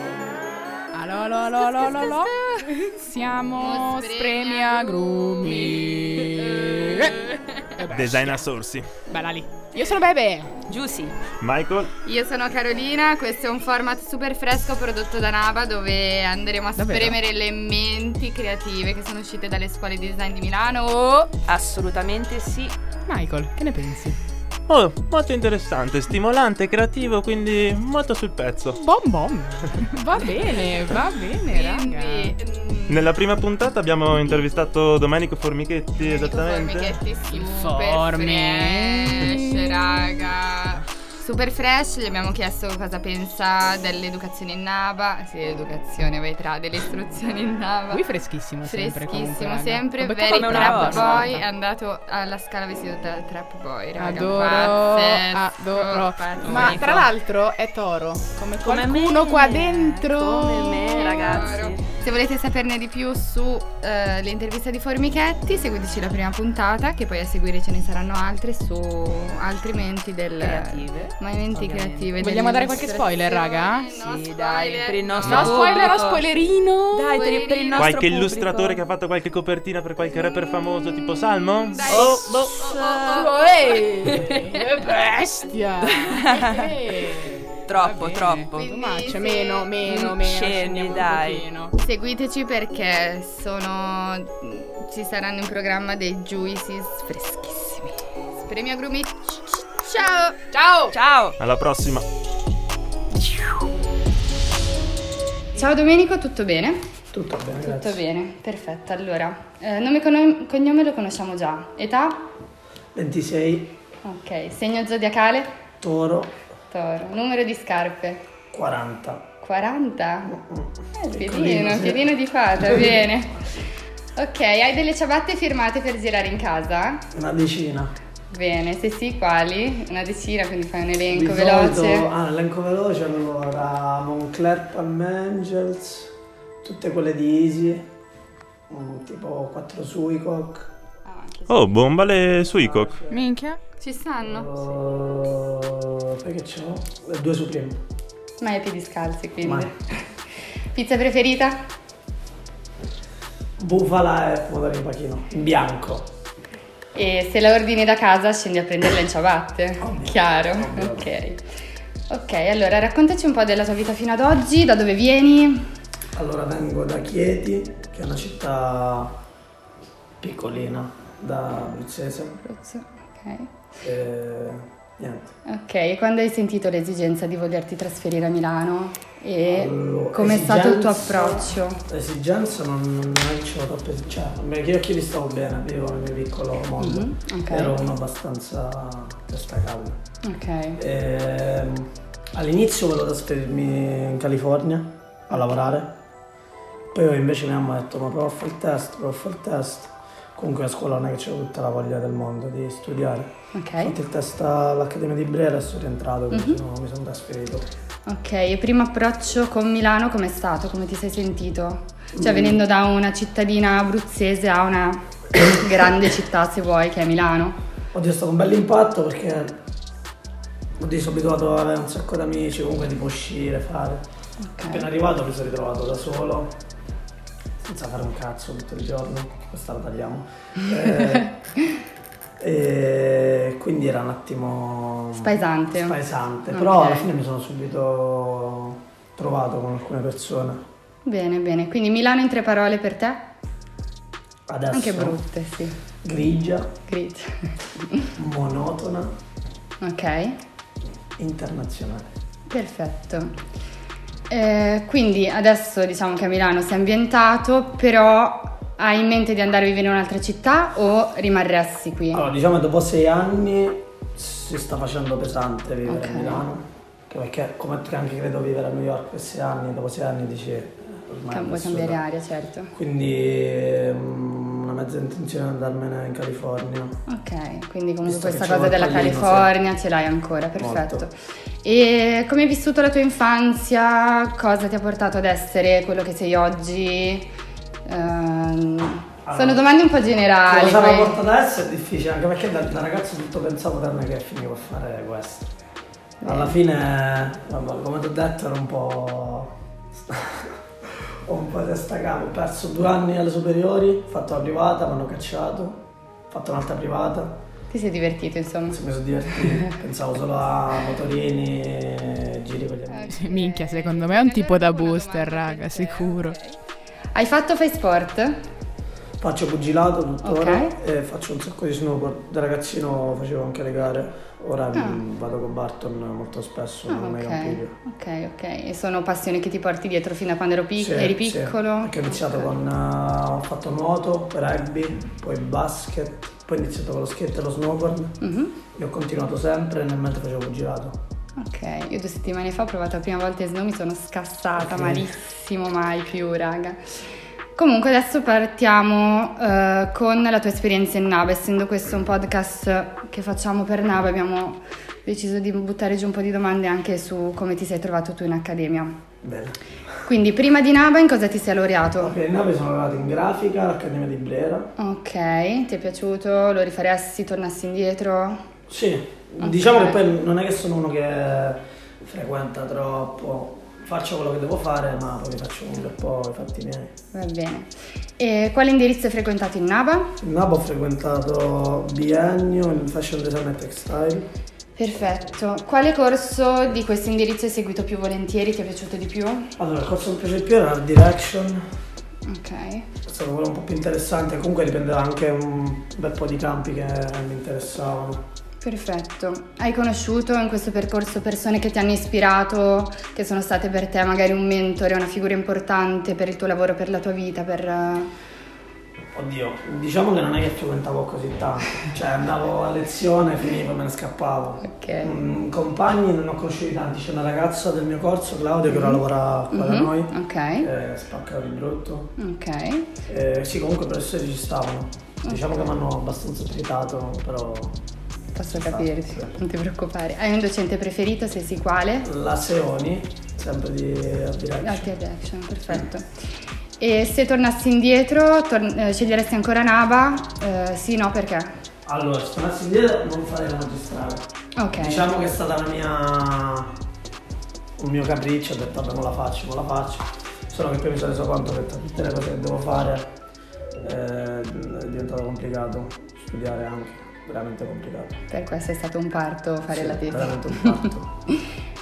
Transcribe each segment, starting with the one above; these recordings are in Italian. Ah, Allo, allo, allo, allo, allo, allo. Siamo spremi agrumi. Eh, beh, Design a sorsi. Bella lì. Io sono Bebe. Giussi. Michael, Io sono Carolina, questo è un format super fresco prodotto da Nava dove andremo a Davvero? spremere le menti creative che sono uscite dalle scuole di design di Milano o Assolutamente sì. Michael, che ne pensi? Oh, molto interessante, stimolante, creativo, quindi molto sul pezzo. Bom bom. Va bene, va bene, raga. quindi mm, Nella prima puntata abbiamo intervistato Domenico Formichetti, esattamente. Formichetti super Informi. fresh, raga. Super fresh, gli abbiamo chiesto cosa pensa dell'educazione in Nava. Sì, educazione, vai tra, delle istruzioni in Nava. Lui freschissimo sempre comunque, Freschissimo raga. sempre, Lo becco Very come una Trap rosa. Boy è andato alla scala vestito da Trap Boy, raga, Adoro, pazzesco, adoro. pazzesco. Ma tra l'altro è toro, come, Come qualcuno me, qua dentro. come me, ragazzi. Se volete saperne di più sull'intervista di Formichetti, seguiteci la prima puntata, che poi a seguire ce ne saranno altre su altri menti del... Creative. Eh. Ma i menti Ovviamente. creative. Vogliamo dare qualche spoiler, raga? Sì, dai, per il nostro No, spoiler o pubblico. spoilerino. Dai, per il, per il nostro Qualche pubblico. illustratore che ha fatto qualche copertina per qualche rapper famoso, tipo Salmo? Dai. Oh, boh. Uè, che bestia. Eh, Troppo, va bene. troppo. Too much, Quindi, meno, meno, sì. Mm, meno. scendi, scendiamo un dai. pochino. Seguiteci perché sono... ci saranno in programma dei juices freschissimi. Spremi agrumi. Ciao! Ciao! Ciao. Alla prossima. Ciao Domenico, tutto bene? Tutto bene. Tutto bene, perfetto. Allora, eh, nome e cono- cognome lo conosciamo già. Età? 26 Ok, segno zodiacale? Toro Toro. Numero di scarpe? 40 40? Eh, Piccolino, piedino, sì. piedino di fata, bene. Ok, hai delle ciabatte firmate per girare in casa? una decina Bene, se sì, quali? Una decina, quindi fai un elenco Di veloce. solito- ah l'elenco veloce allora Moncler Palm Angels tutte quelle di Easy mm, tipo 4 Suicock Ah, anche Oh, bomba le Suicock. Minchia. se- Ci stanno? eh, poi che c'ho? 2 Supreme Ma hai i piedi scalzi, quindi. Ma- Pizza preferita? Bufala e pomodoro in pachino in bianco E se la ordini da casa scendi a prenderla in ciabatte. Oh, Chiaro, ok. Ok, allora raccontaci un po' della tua vita fino ad oggi, da dove vieni? allora vengo da Chieti che è una città piccolina da abruzzese Ok. e niente Ok, e quando hai sentito l'esigenza di volerti trasferire a Milano? E Allora, com'è stato il tuo esigenza- approccio? Esigenza non, non è che ce l'ho troppo, cioè, beh, io che li stavo bene, vivo nel mio piccolo mondo, Mhm, ok. ero uno abbastanza testa calda. Ok. Ehm, all'inizio volevo trasferirmi in California a lavorare, poi invece mia mamma ha detto ma prova a fare il test, prova a fare il test. Comunque a scuola non è che c'era tutta la voglia del mondo di studiare. Ho Ok, Mhm. fatto il test all'Accademia di Brera e sono rientrato, quindi sono- mi sono trasferito. ok, e primo approccio con Milano com'è stato? Come ti sei sentito? Cioè venendo da una cittadina abruzzese a una grande città se vuoi che è Milano. Oddio, è stato un bel impatto perché oddio, sono abituato ad avere un sacco di amici, comunque tipo uscire, fare. Appena Ok. arrivato mi sono ritrovato da solo, senza fare un cazzo tutto il giorno, questa la tagliamo. Eh, e quindi era un attimo Spaesante. spaesante, Ok. però alla fine mi sono subito trovato con alcune persone. Bene, bene. Quindi Milano in tre parole per te? Adesso Anche brutte, sì. grigia, Grit. monotona, Ok, internazionale. perfetto. Eh, quindi adesso diciamo che a Milano sei ambientato, però hai in mente di andare a vivere in un'altra città o rimarresti qui? Allora, diciamo che dopo sei anni si sta facendo pesante vivere Ok. a Milano. Che Perché come anche credo vivere a New York per sei anni, dopo sei anni dici eh, ormai. Cam- è vuoi vissuta. cambiare aria, certo. Quindi ehm, una mezza intenzione è andarmene in California. Ok, quindi comunque Visto che questa c'è cosa della l'acquolino, California ce l'hai ancora, perfetto. E come hai vissuto la tua infanzia? Cosa ti ha portato ad essere quello che sei oggi? Ehm, sono Allora, domande un po' generali. Ah. Cosa sarà poi- portata adesso è difficile, anche perché da, da ragazzo tutto pensavo tranne che finivo a fare questo. Alla fine, vabbè, come ti ho detto, ero un po'. poi testa a capo, ho perso due anni alle superiori, ho fatto la privata, mi hanno cacciato, ho fatto un'altra privata, Ti sei divertito, insomma. mi sono divertito, pensavo solo a motorini e giri con gli Eh, amici. Minchia, secondo me è un tipo da booster, raga, sicuro. Hai fatto fai sport? Faccio pugilato tuttora Ok. e faccio un sacco di snowboard, da ragazzino facevo anche le gare, ora mm, vado con Barton molto spesso, Ah, non è un ok. video. Ok, ok. E sono passioni che ti porti dietro fino a quando ero pic- Sì, eri sì. piccolo? Perché ho iniziato con. eh, ho fatto nuoto, rugby, poi basket, poi ho iniziato con lo skate e lo snowboard. Mhm. E ho continuato sempre nel mentre facevo girato. Ok, io due settimane fa ho provato la prima volta il snow, mi sono scassata malissimo, mai più, raga. Comunque adesso partiamo eh, con la tua esperienza in Nava, essendo questo un podcast che facciamo per Nava, abbiamo deciso di buttare giù un po' di domande anche su come ti sei trovato tu in accademia. Bene. Quindi prima di Nava in cosa ti sei laureato? Ok, in nave sono arrivato in grafica all'Accademia di Brera. Ok, ti è piaciuto? Lo rifaresti, tornassi indietro? Sì, Ok. diciamo che poi non è che sono uno che frequenta troppo. Faccio quello che devo fare, ma poi mi faccio un bel po' i fatti miei. Va bene. E quale indirizzo hai frequentato in Nava? In Nabo ho frequentato biennio in fashion design e textile. Perfetto. Quale corso di questo indirizzo hai seguito più volentieri? Ti è piaciuto di più? Allora, il corso che mi piace di più era Art Direction, Ok. È stato quello un po' più interessante, comunque dipendeva anche un bel po' di campi che mi interessavano. Perfetto. Hai conosciuto in questo percorso persone che ti hanno ispirato, che sono state per te magari un mentore, una figura importante per il tuo lavoro, per la tua vita, per... eh, Oddio, diciamo che non è che frequentavo così tanto, cioè andavo a lezione, finivo e me ne scappavo. Ok. Mm, compagni non ne ho conosciuti tanti, c'è una ragazza del mio corso, Claudia, che ora lavora qua da Mhm, noi, Ok. eh, spacca di brutto. Ok. Eh, sì, comunque i professori ci stavano, diciamo che mi hanno abbastanza irritato, però Posso Esatto, capirti, sì. non ti preoccupare. Hai un docente preferito, se sì quale? la Seoni, sempre di Art Direction. Art Direction, perfetto. E se tornassi indietro, tor- eh, sceglieresti ancora Nava? Eh, sì, no, perché? Allora, se tornassi indietro non farei la magistrale. Ok. Diciamo che è stata la mia. un mio capriccio, ho detto vabbè non la faccio, non la faccio. Solo che poi mi sono reso conto che tra tutte le cose che devo fare eh, è diventato complicato. Studiare anche, veramente complicato. Per questo è stato un parto fare Sì, la tesi. Veramente un fatto.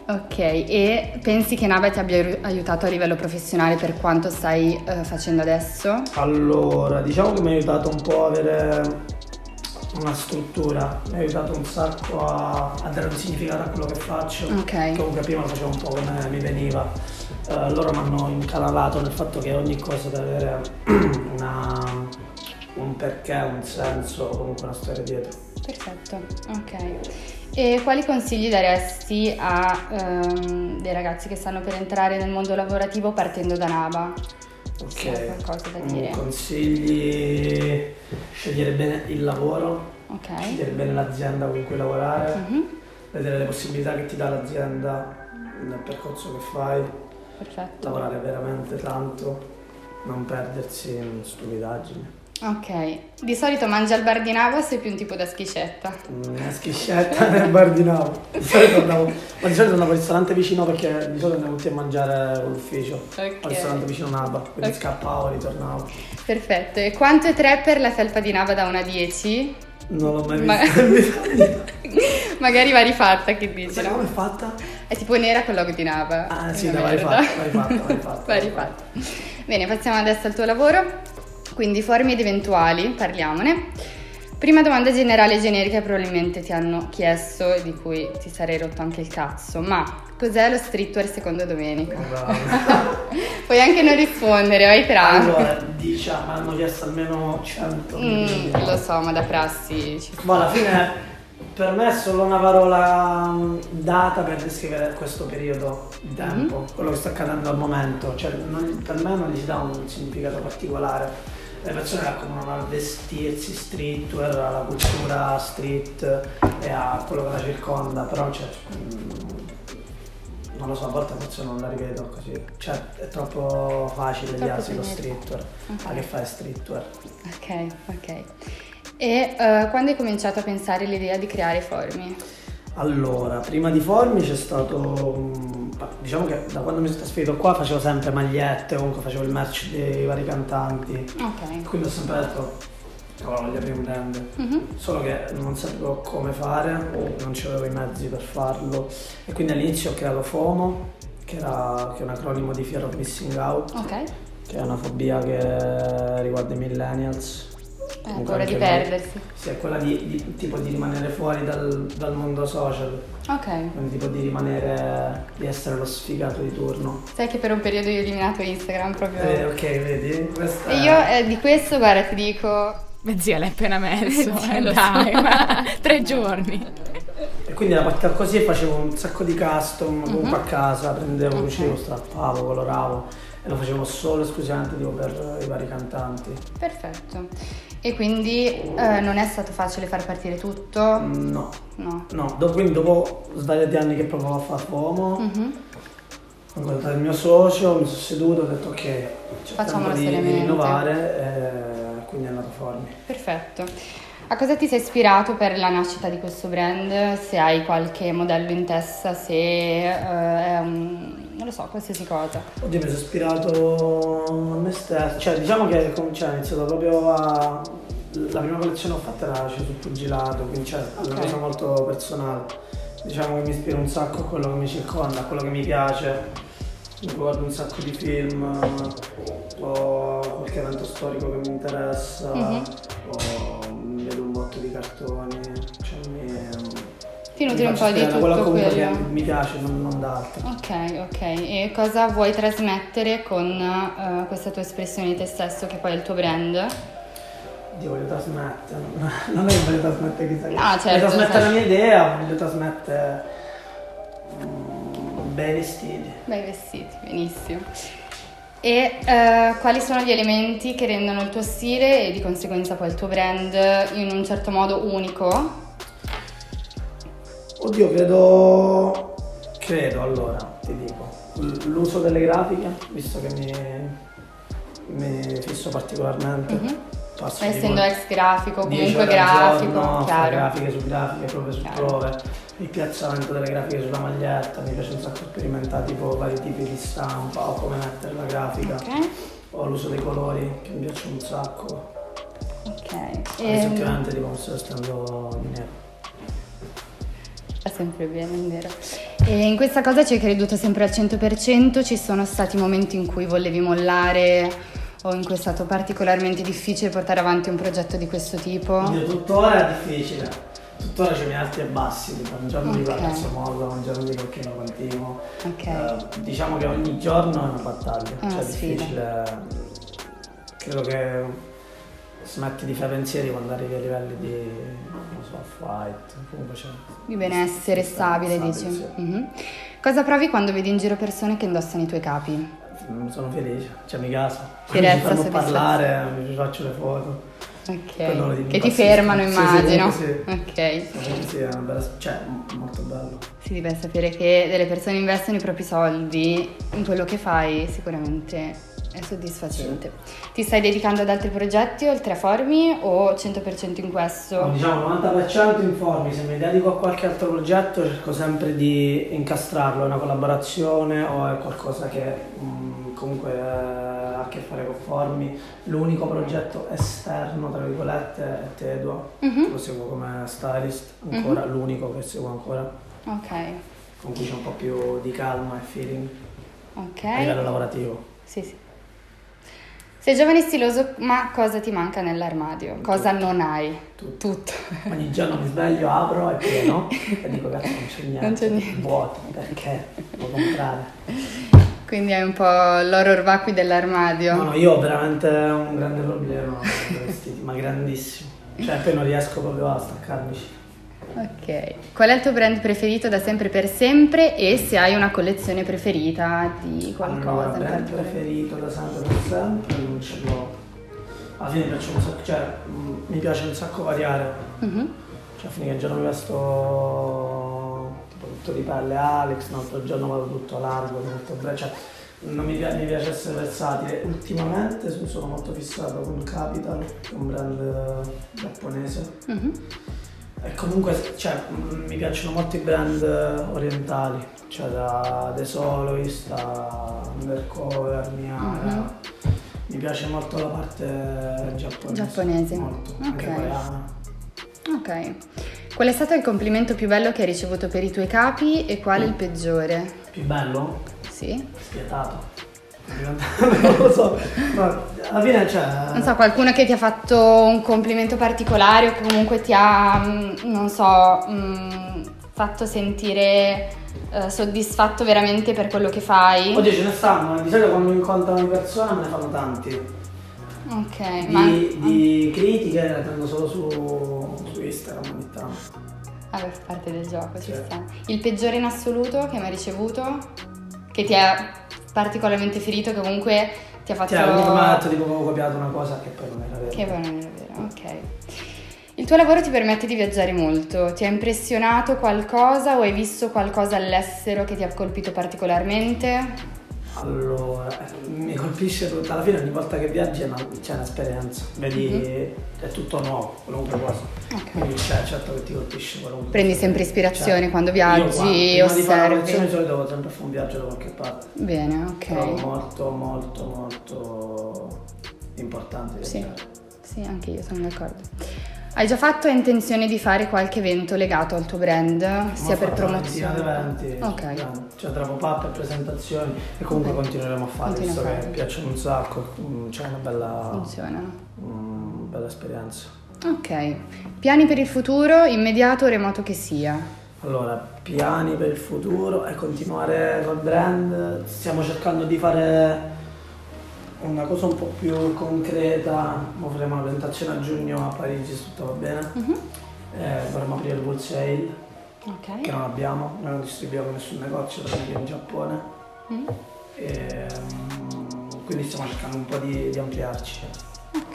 Ok, e pensi che Nava ti abbia ru- aiutato a livello professionale per quanto stai eh, facendo adesso? Allora, diciamo che mi ha aiutato un po' a avere una struttura, mi ha aiutato un sacco a, a dare un significato a quello che faccio. Ok. Comunque prima lo facevo un po' come mi veniva. Eh, loro mi hanno incanalato nel fatto che ogni cosa deve avere una- un perché, un senso, comunque una storia dietro. Perfetto, ok. E quali consigli daresti a ehm, dei ragazzi che stanno per entrare nel mondo lavorativo partendo da Nava? Sì, Ok. hai qualcosa da Mm, dire. Consigli scegliere bene il lavoro, Ok. scegliere bene l'azienda con cui lavorare. Mhm, vedere le possibilità che ti dà l'azienda nel percorso che fai, Perfetto. lavorare veramente tanto, non perdersi in stupidaggini. Ok. Di solito mangi al bar di Nava o sei più un tipo da schiscetta? Una schiscetta nel bar di Napoli. Di solito andavo, ma di solito andavo al ristorante vicino perché di solito andavo tutti a mangiare con l'ufficio. Ok. Al ristorante vicino a Naba, quindi Ok. scappavo e ritornavo. Perfetto. E quanto è 3 per la felpa di Nava da 1 a 10? Non l'ho mai Ma- visto in vita. Magari va rifatta, che dici? Sai no? come è fatta? È tipo nera con il logo di Nava. Ah sì, Una dai, vai merda. fatta, vai fatta, vai fatta. Va rifatta. Bene, passiamo adesso al tuo lavoro. Quindi forme ed eventuali, parliamone. Prima domanda generale e generica che probabilmente ti hanno chiesto e di cui ti sarei rotto anche il cazzo, ma cos'è lo streetwear secondo Domenico? Bravo. Puoi anche non rispondere, vai tranquillo. Allora, diciamo, mi hanno chiesto almeno 100 Mm, milioni. lo so, ma da prassi ci Ma Boh, alla fine per me è solo una parola mm, data per descrivere questo periodo di tempo, Mhm. quello che sta accadendo al momento, cioè non- per me non gli si dà un significato particolare. Le persone accomodano al vestirsi streetwear, alla cultura street e a quello che la circonda, però cioè, mm, non lo so, a volte forse non la rivedo così. Cioè è troppo facile Troppo odiarsi lo generico. streetwear, Ok. ma che fai streetwear? Ok, ok. E eh, quando hai cominciato a pensare l'idea di creare formi? Allora, prima di Formi c'è stato mm, Ma Diciamo che da quando mi sono trasferito qua facevo sempre magliette, comunque facevo il merch dei vari cantanti. Ok. Quindi ho sempre detto, cavolo, voglio aprire un brand. Mhm. Solo che non sapevo come fare, o non avevo i mezzi per farlo. E quindi all'inizio ho creato FOMO, che, era, che è un acronimo di Fear of Missing Out, Ok. Eh, che è una fobia che riguarda i millennials. Eh, Comunque paura di anche noi. perdersi. Sì, è quella di, di- tipo di rimanere fuori dal, dal mondo social, Ok. quindi tipo di rimanere, di essere lo sfigato di turno. Sai che per un periodo io ho eliminato Instagram proprio. Eh, ok, vedi? Questa E io eh, di questo, guarda, ti dico. Beh, zia, l'hai appena messo. Zia, eh, lo so. dai, ma tre giorni. E quindi la partita così e facevo un sacco di Mhm. custom comunque a casa, prendevo, cucivo, strappavo, coloravo e lo facevo solo e esclusivamente tipo per i vari cantanti. Perfetto. E quindi eh, non è stato facile far partire tutto? No, No. no, dopo, quindi dopo svariati anni che provavo a fare uomo, Mhm. ho incontrato il mio socio, mi sono seduto e ho detto ok, c'è Facciamolo tempo di, di seriamente. innovare e quindi è andato fuori. Perfetto. A cosa ti sei ispirato per la nascita di questo brand? Se hai qualche modello in testa, se eh, è un- non lo so, qualsiasi cosa. Oddio, mi sono ispirato a me stesso. Cioè, diciamo che com- cioè, ho iniziato proprio a. La prima collezione che ho fatta era cioè, sul pugilato, quindi cioè, è una Ok. cosa molto personale. Diciamo che mi ispira un sacco a quello che mi circonda, a quello che mi piace. Mi guardo un sacco di film, o qualche evento storico che mi interessa, Mhm. o vedo un botto di cartoni. Cioè, mi. Ti mi nutri un faccio po' di ispirare da quello tutto comunque che quello. mi piace, non, non da altro. Ok, ok. E cosa vuoi trasmettere con eh, questa tua espressione di te stesso, che poi è il tuo brand? Dio, voglio trasmettere, non è che voglio trasmettere chissà che. No, certo, voglio trasmettere sai. la mia idea, voglio trasmettere mm, bei vestiti. Bei vestiti, benissimo. E eh, quali sono gli elementi che rendono il tuo stile e di conseguenza poi il tuo brand in un certo modo unico? Oddio, credo, credo allora, ti dico, l- l'uso delle grafiche, visto che mi, mi fisso particolarmente. Mhm. Passo Ma tipo essendo ex grafico, 10 comunque ore al grafico, giorno, fare chiaro. grafiche su grafiche, prove su Chiaro. prove, il piazzamento delle grafiche sulla maglietta, mi piace un sacco sperimentare tipo vari tipi di stampa o come mettere la grafica. Ok, Ho l'uso dei colori che mi piacciono un sacco. ok. Ad Ehm, esempio, anche tipo sto stando di nero. Fa sempre bene, è vero. E in questa cosa ci hai creduto sempre al 100%? Ci sono stati momenti in cui volevi mollare o in cui è stato particolarmente difficile portare avanti un progetto di questo tipo? Quindi tuttora è difficile. Tuttora c'è i miei alti e bassi, tipo un giorno dico Ok. adesso mollo, un giorno dico che non continuo. Ok. Ah, Eh, diciamo che ogni giorno è una battaglia, È una cioè è sfida. difficile. Credo che smetti di fare pensieri quando arrivi a livelli di non so, fight, comunque c'è. Di benessere stabile, dici. sì. Mhm. Cosa provi quando vedi in giro persone che indossano i tuoi capi? Mm, Sono felice, cioè mi casa. Fierezza, Mi fanno soddisfazione. parlare, mi faccio le foto. Quello lo Ok. dico Che ti impazzisco. fermano, Sì, sì, immagino. sì. Ok. Sì, è una bella, cioè, m- molto bello. Sì, beh, sapere che delle persone investono i propri soldi in quello che fai sicuramente è soddisfacente. Ti stai dedicando ad altri progetti oltre a Formi o 100% in questo? Diciamo 90% informi, se mi dedico a qualche altro progetto cerco sempre di incastrarlo, è una collaborazione o è qualcosa che mm, comunque eh, ha a che fare con Formi. L'unico progetto esterno, tra virgolette, è Tedua, Mhm. lo seguo come stylist, ancora l'unico che seguo ancora, Ok, con cui c'è un po' più di calma e feeling a livello ok. lavorativo. Sì, sì. Sei giovane e stiloso, ma cosa ti manca nell'armadio? Cosa non hai? Tutto. Tutto. Ogni giorno mi sveglio, apro, è pieno e dico cazzo non c'è niente, Non c'è niente." vuoto, perché? Devo comprare. Quindi hai un po' l'horror vacui dell'armadio. No, no, io ho veramente un grande problema con i vestiti, ma grandissimo. Cioè, poi non riesco proprio a staccarmi. Ok, qual è il tuo brand preferito da sempre per sempre e se hai una collezione preferita di Allora, qualcosa in brand particolare? preferito da sempre per sempre, non ce l'ho. Alla fine mi piace un sacco, cioè, mh, mi piace un sacco variare. Mhm. Cioè, finché il giorno mi vesto tipo tutto di pelle Alex, un altro giorno vado tutto largo, tutto breve. Cioè, non mi, pi- mi piace essere versatile. Ultimamente sono- sono molto fissato con Capital, che è un brand eh, giapponese. mhm. Eh, E comunque cioè, mh, mi piacciono molto i brand eh, orientali, cioè da The Soloist a Undercover, Miara. Mhm. Mi piace molto la parte giapponese. Giapponese. Molto, anche Ok. coreana. Ok. Qual è stato il complimento più bello che hai ricevuto per i tuoi capi e quale il peggiore? Più bello? Sì? Spietato. non lo so, ma alla fine cioè... Non so, qualcuno che ti ha fatto un complimento particolare o comunque ti ha, mm, non so, mm, fatto sentire eh, soddisfatto veramente per quello che fai. Oddio ce ne stanno, eh. di solito quando incontrano persone me ne fanno tanti. Ok, Eh, ma... Di, di critiche le prendo solo su, su Instagram ogni tanto. Ah, Vabbè, fa parte del gioco, ci Certo. sta. Il peggiore in assoluto che mi hai ricevuto, che ti ha particolarmente ferito, che comunque ti ha fatto... Cioè, un matto tipo avevo copiato una cosa che poi non era vera. Che poi non è vero, ok. Il tuo lavoro ti permette di viaggiare molto. Ti ha impressionato qualcosa o hai visto qualcosa all'estero che ti ha colpito particolarmente? Allora, mi colpisce tutta alla fine ogni volta che viaggi è una- c'è un'esperienza. Vedi, Mhm. è tutto nuovo, qualunque cosa. Quindi c'è certo che ti colpisce qualunque. Prendi sempre ispirazione quando viaggi, io qua, prima di fare osservi. una lezione di solito devo sempre fare un viaggio da qualche parte. Bene, ok. Però molto, molto, molto importante. cioè, Sì, viaggiare. sì, anche io sono d'accordo. Hai già fatto e intenzione di fare qualche evento legato al tuo brand, sia Abbiamo per fatto una ventina promozione? di eventi, Ok. abbiamo- cioè tra pop-up e presentazioni e comunque Ok. continueremo a fare, Continua a visto che fare. piacciono un sacco, mm, c'è una bella, Funzionano. mm, bella esperienza. Ok. Piani per il futuro, immediato o remoto che sia? Allora, piani per il futuro e continuare col brand, stiamo cercando di fare una cosa un po' più concreta, Mo faremo una presentazione a giugno a Parigi se tutto va bene, Eh, vorremmo aprire il wholesale che Ok. non abbiamo, noi non distribuiamo nessun negozio tranne che in Giappone. Mm. E, mm, quindi stiamo cercando un po' di, di ampliarci.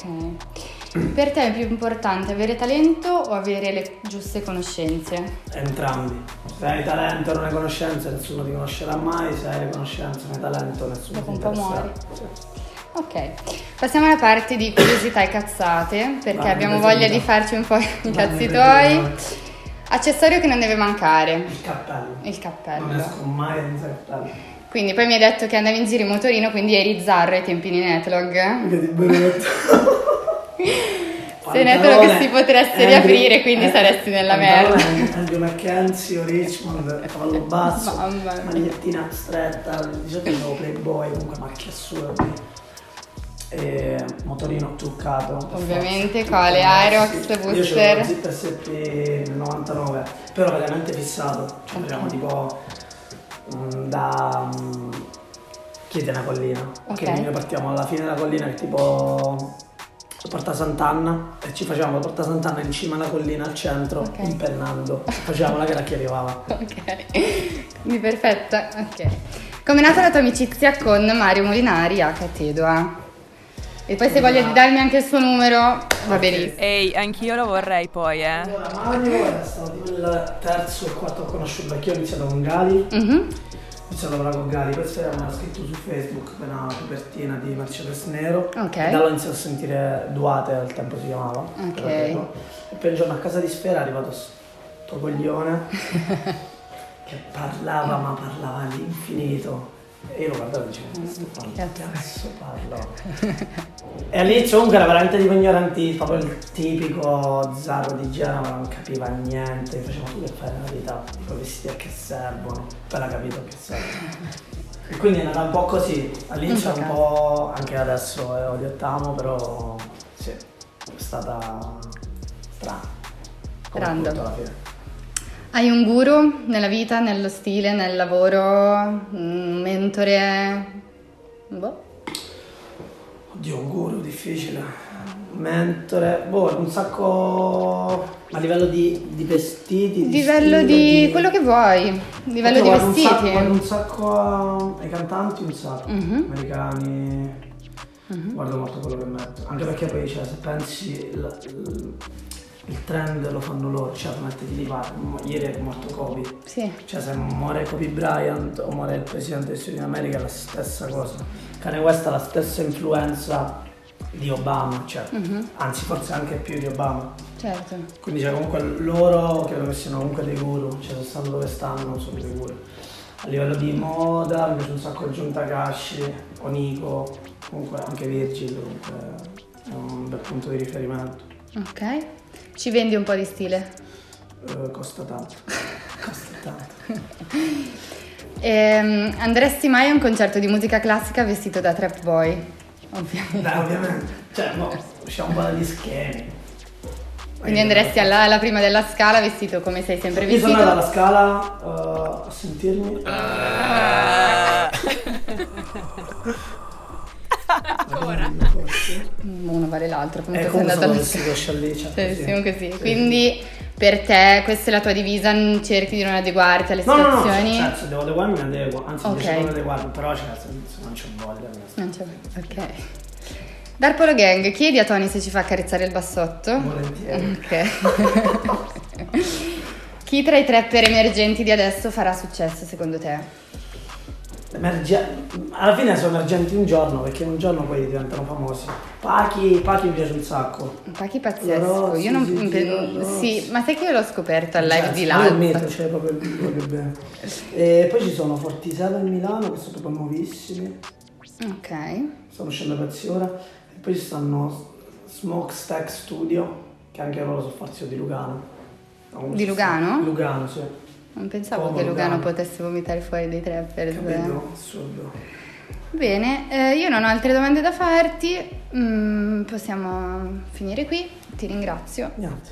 Ok. Per te è più importante avere talento o avere le giuste conoscenze? Entrambi. Se hai talento e non hai conoscenze nessuno ti conoscerà mai, se hai le conoscenze e non hai talento nessuno Dopo ti un po' interesserà. muori. Sì. Ok, passiamo alla parte di curiosità e cazzate, perché Vai, abbiamo mi voglia presenta. di farci un po' i Vai, cazzi mi presenta. tuoi. Accessorio che non deve mancare, Il cappello. il Non cappello. esco mai senza cappello. Quindi poi mi hai detto che andavi in giro in motorino, quindi eri zarro ai tempi di Netlog. Che ti brutto. Se Netlog si potesse riaprire, quindi saresti nella merda. Andrew McKenzie, Richmond, cavallo basso, Mamma mia. magliettina stretta, diciamo Mm. avevo playboy, comunque macchia assurda. E motorino truccato. per forza. Ovviamente, quale? Aerox, Aerox, Io Booster? c'avevo Zip ST nel 99, però veramente fissato. Cioè, parliamo tipo mm, da... mm, Chiedi una collina. Ok. Quindi noi partiamo alla fine della collina che è tipo la Porta Sant'Anna e ci facevamo la Porta Sant'Anna in cima alla collina al centro, Ok. impennando. Facevamo la gara che arrivava. Ok, quindi perfetta. Ok. Com'è nata la tua amicizia con Mario Molinari a Catedua? E poi se voglia di darmi anche il suo numero, va benissimo. Ehi, anch'io lo vorrei poi, eh. Allora, Mario era stato tipo il terzo o quarto che ho conosciuto perché io ho iniziato con Gali, ho Mhm. iniziato a lavorare con Gali, questo era era scritto su Facebook per una copertina di Mercedes Nero. Ok. E da là ho iniziato a sentire Duate al tempo si chiamava. Ok. però credo. E poi un giorno a casa di Sfera è arrivato sto coglione che parlava ma parlava all'infinito. E io lo guardavo e dicevo, "Ma sto parlando, Che cazzo parlo. e all'inizio comunque era veramente tipo ignorantista, proprio il tipico zarro di Genova, non capiva niente, faceva tu che fai nella vita, tipo vestiti a che servono, poi l'ha capito che servono. E quindi è andata un po' così, all'inizio Un un po' po', anche adesso eh, odiattiamo, però sì, è stata strana. Come Random. tutto alla fine. Hai un guru nella vita, nello stile, nel lavoro, un mentore? Boh. Oddio, un guru difficile. Mentore, boh, un sacco. Ma a livello di, di vestiti, di Livello stile, di... quello che vuoi, livello di Guarda, un sacco- vestiti. guardo un sacco a- ai cantanti, un sacco. Mhm. Americani. Guardo molto quello che metto. Anche perché poi, cioè, se pensi. Il, il- il trend lo fanno loro, cioè mettiti lì, va, ieri è morto Kobe, Sì, cioè se muore Kobe Bryant o muore il presidente degli Stati Uniti d'America è la stessa cosa. Kanye West ha la stessa influenza di Obama, cioè, anzi forse anche più di Obama. Certo. Quindi cioè, comunque loro credo che siano comunque dei guru, cioè se stanno dove stanno sono dei guru. A livello di moda mi piace un sacco Jun Takashi, Oniko, comunque anche Virgil, comunque è un bel punto di riferimento. Ok. Ci vendi un po' di stile. Eh, costa tanto, costa tanto. Ehm, andresti mai a un concerto di musica classica vestito da trap boy? Ovviamente. Dai, ovviamente, cioè no, usciamo un po' dagli schemi. Quindi andresti alla, alla prima della scala vestito come sei sempre Eh, Io sono andato alla vestito. scala eh, a sentirmi. Ancora. Uno vale l'altro, E comunque sei Eh, comunque andato sono alla vestito scala. scialliccia. Sì, così. siamo così. Sì. Quindi per te questa è la tua divisa, n- cerchi di non adeguarti alle No, no, no, cioè, situazioni. cioè, se devo adeguarmi mi adeguo, anzi Ok. dice non adeguarmi, però cioè, se, se non c'ho voglia mi Non c'è. Ok. Darpolo Gang, chiedi a Tony se ci fa accarezzare il bassotto. volentieri. Ok. Chi tra i trapper emergenti di adesso farà successo secondo te? Emerge- alla fine sono emergenti un giorno, perché un giorno poi diventano famosi. Pachi, Pachi mi piace un sacco. Un Pachi pazzesco. Rossi, io non. sì, pe- Rossi. sì, ma sai che io l'ho scoperto al live Cioè, di ma Io metto, Lalpa. cioè, proprio, proprio bene. E poi ci sono Fortisella a Milano, che sono proprio nuovissimi, Ok. stanno uscendo pezzi ora. E poi ci stanno Smokestack Studio, che anche loro sono farsi di Lugano. No, Di Lugano? Lugano, sì. Non pensavo Povero che Lugano, Lugano. potesse vomitare fuori dei trapper. Capito? Assurdo. Bene, eh, io non ho altre domande da farti. Mm, possiamo finire qui. Ti ringrazio. Niente.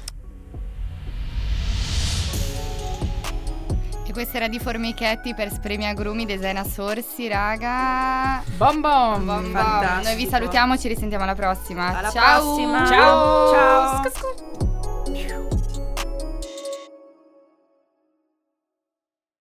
E questa era di Formichetti per Spremi Agrumi, Desena Sorsi, raga. Bom bom. Bom, bom. Fantastico. Noi vi salutiamo, ci risentiamo alla prossima. Alla Ciao. prossima. Ciao. Ciao. Scu- scu-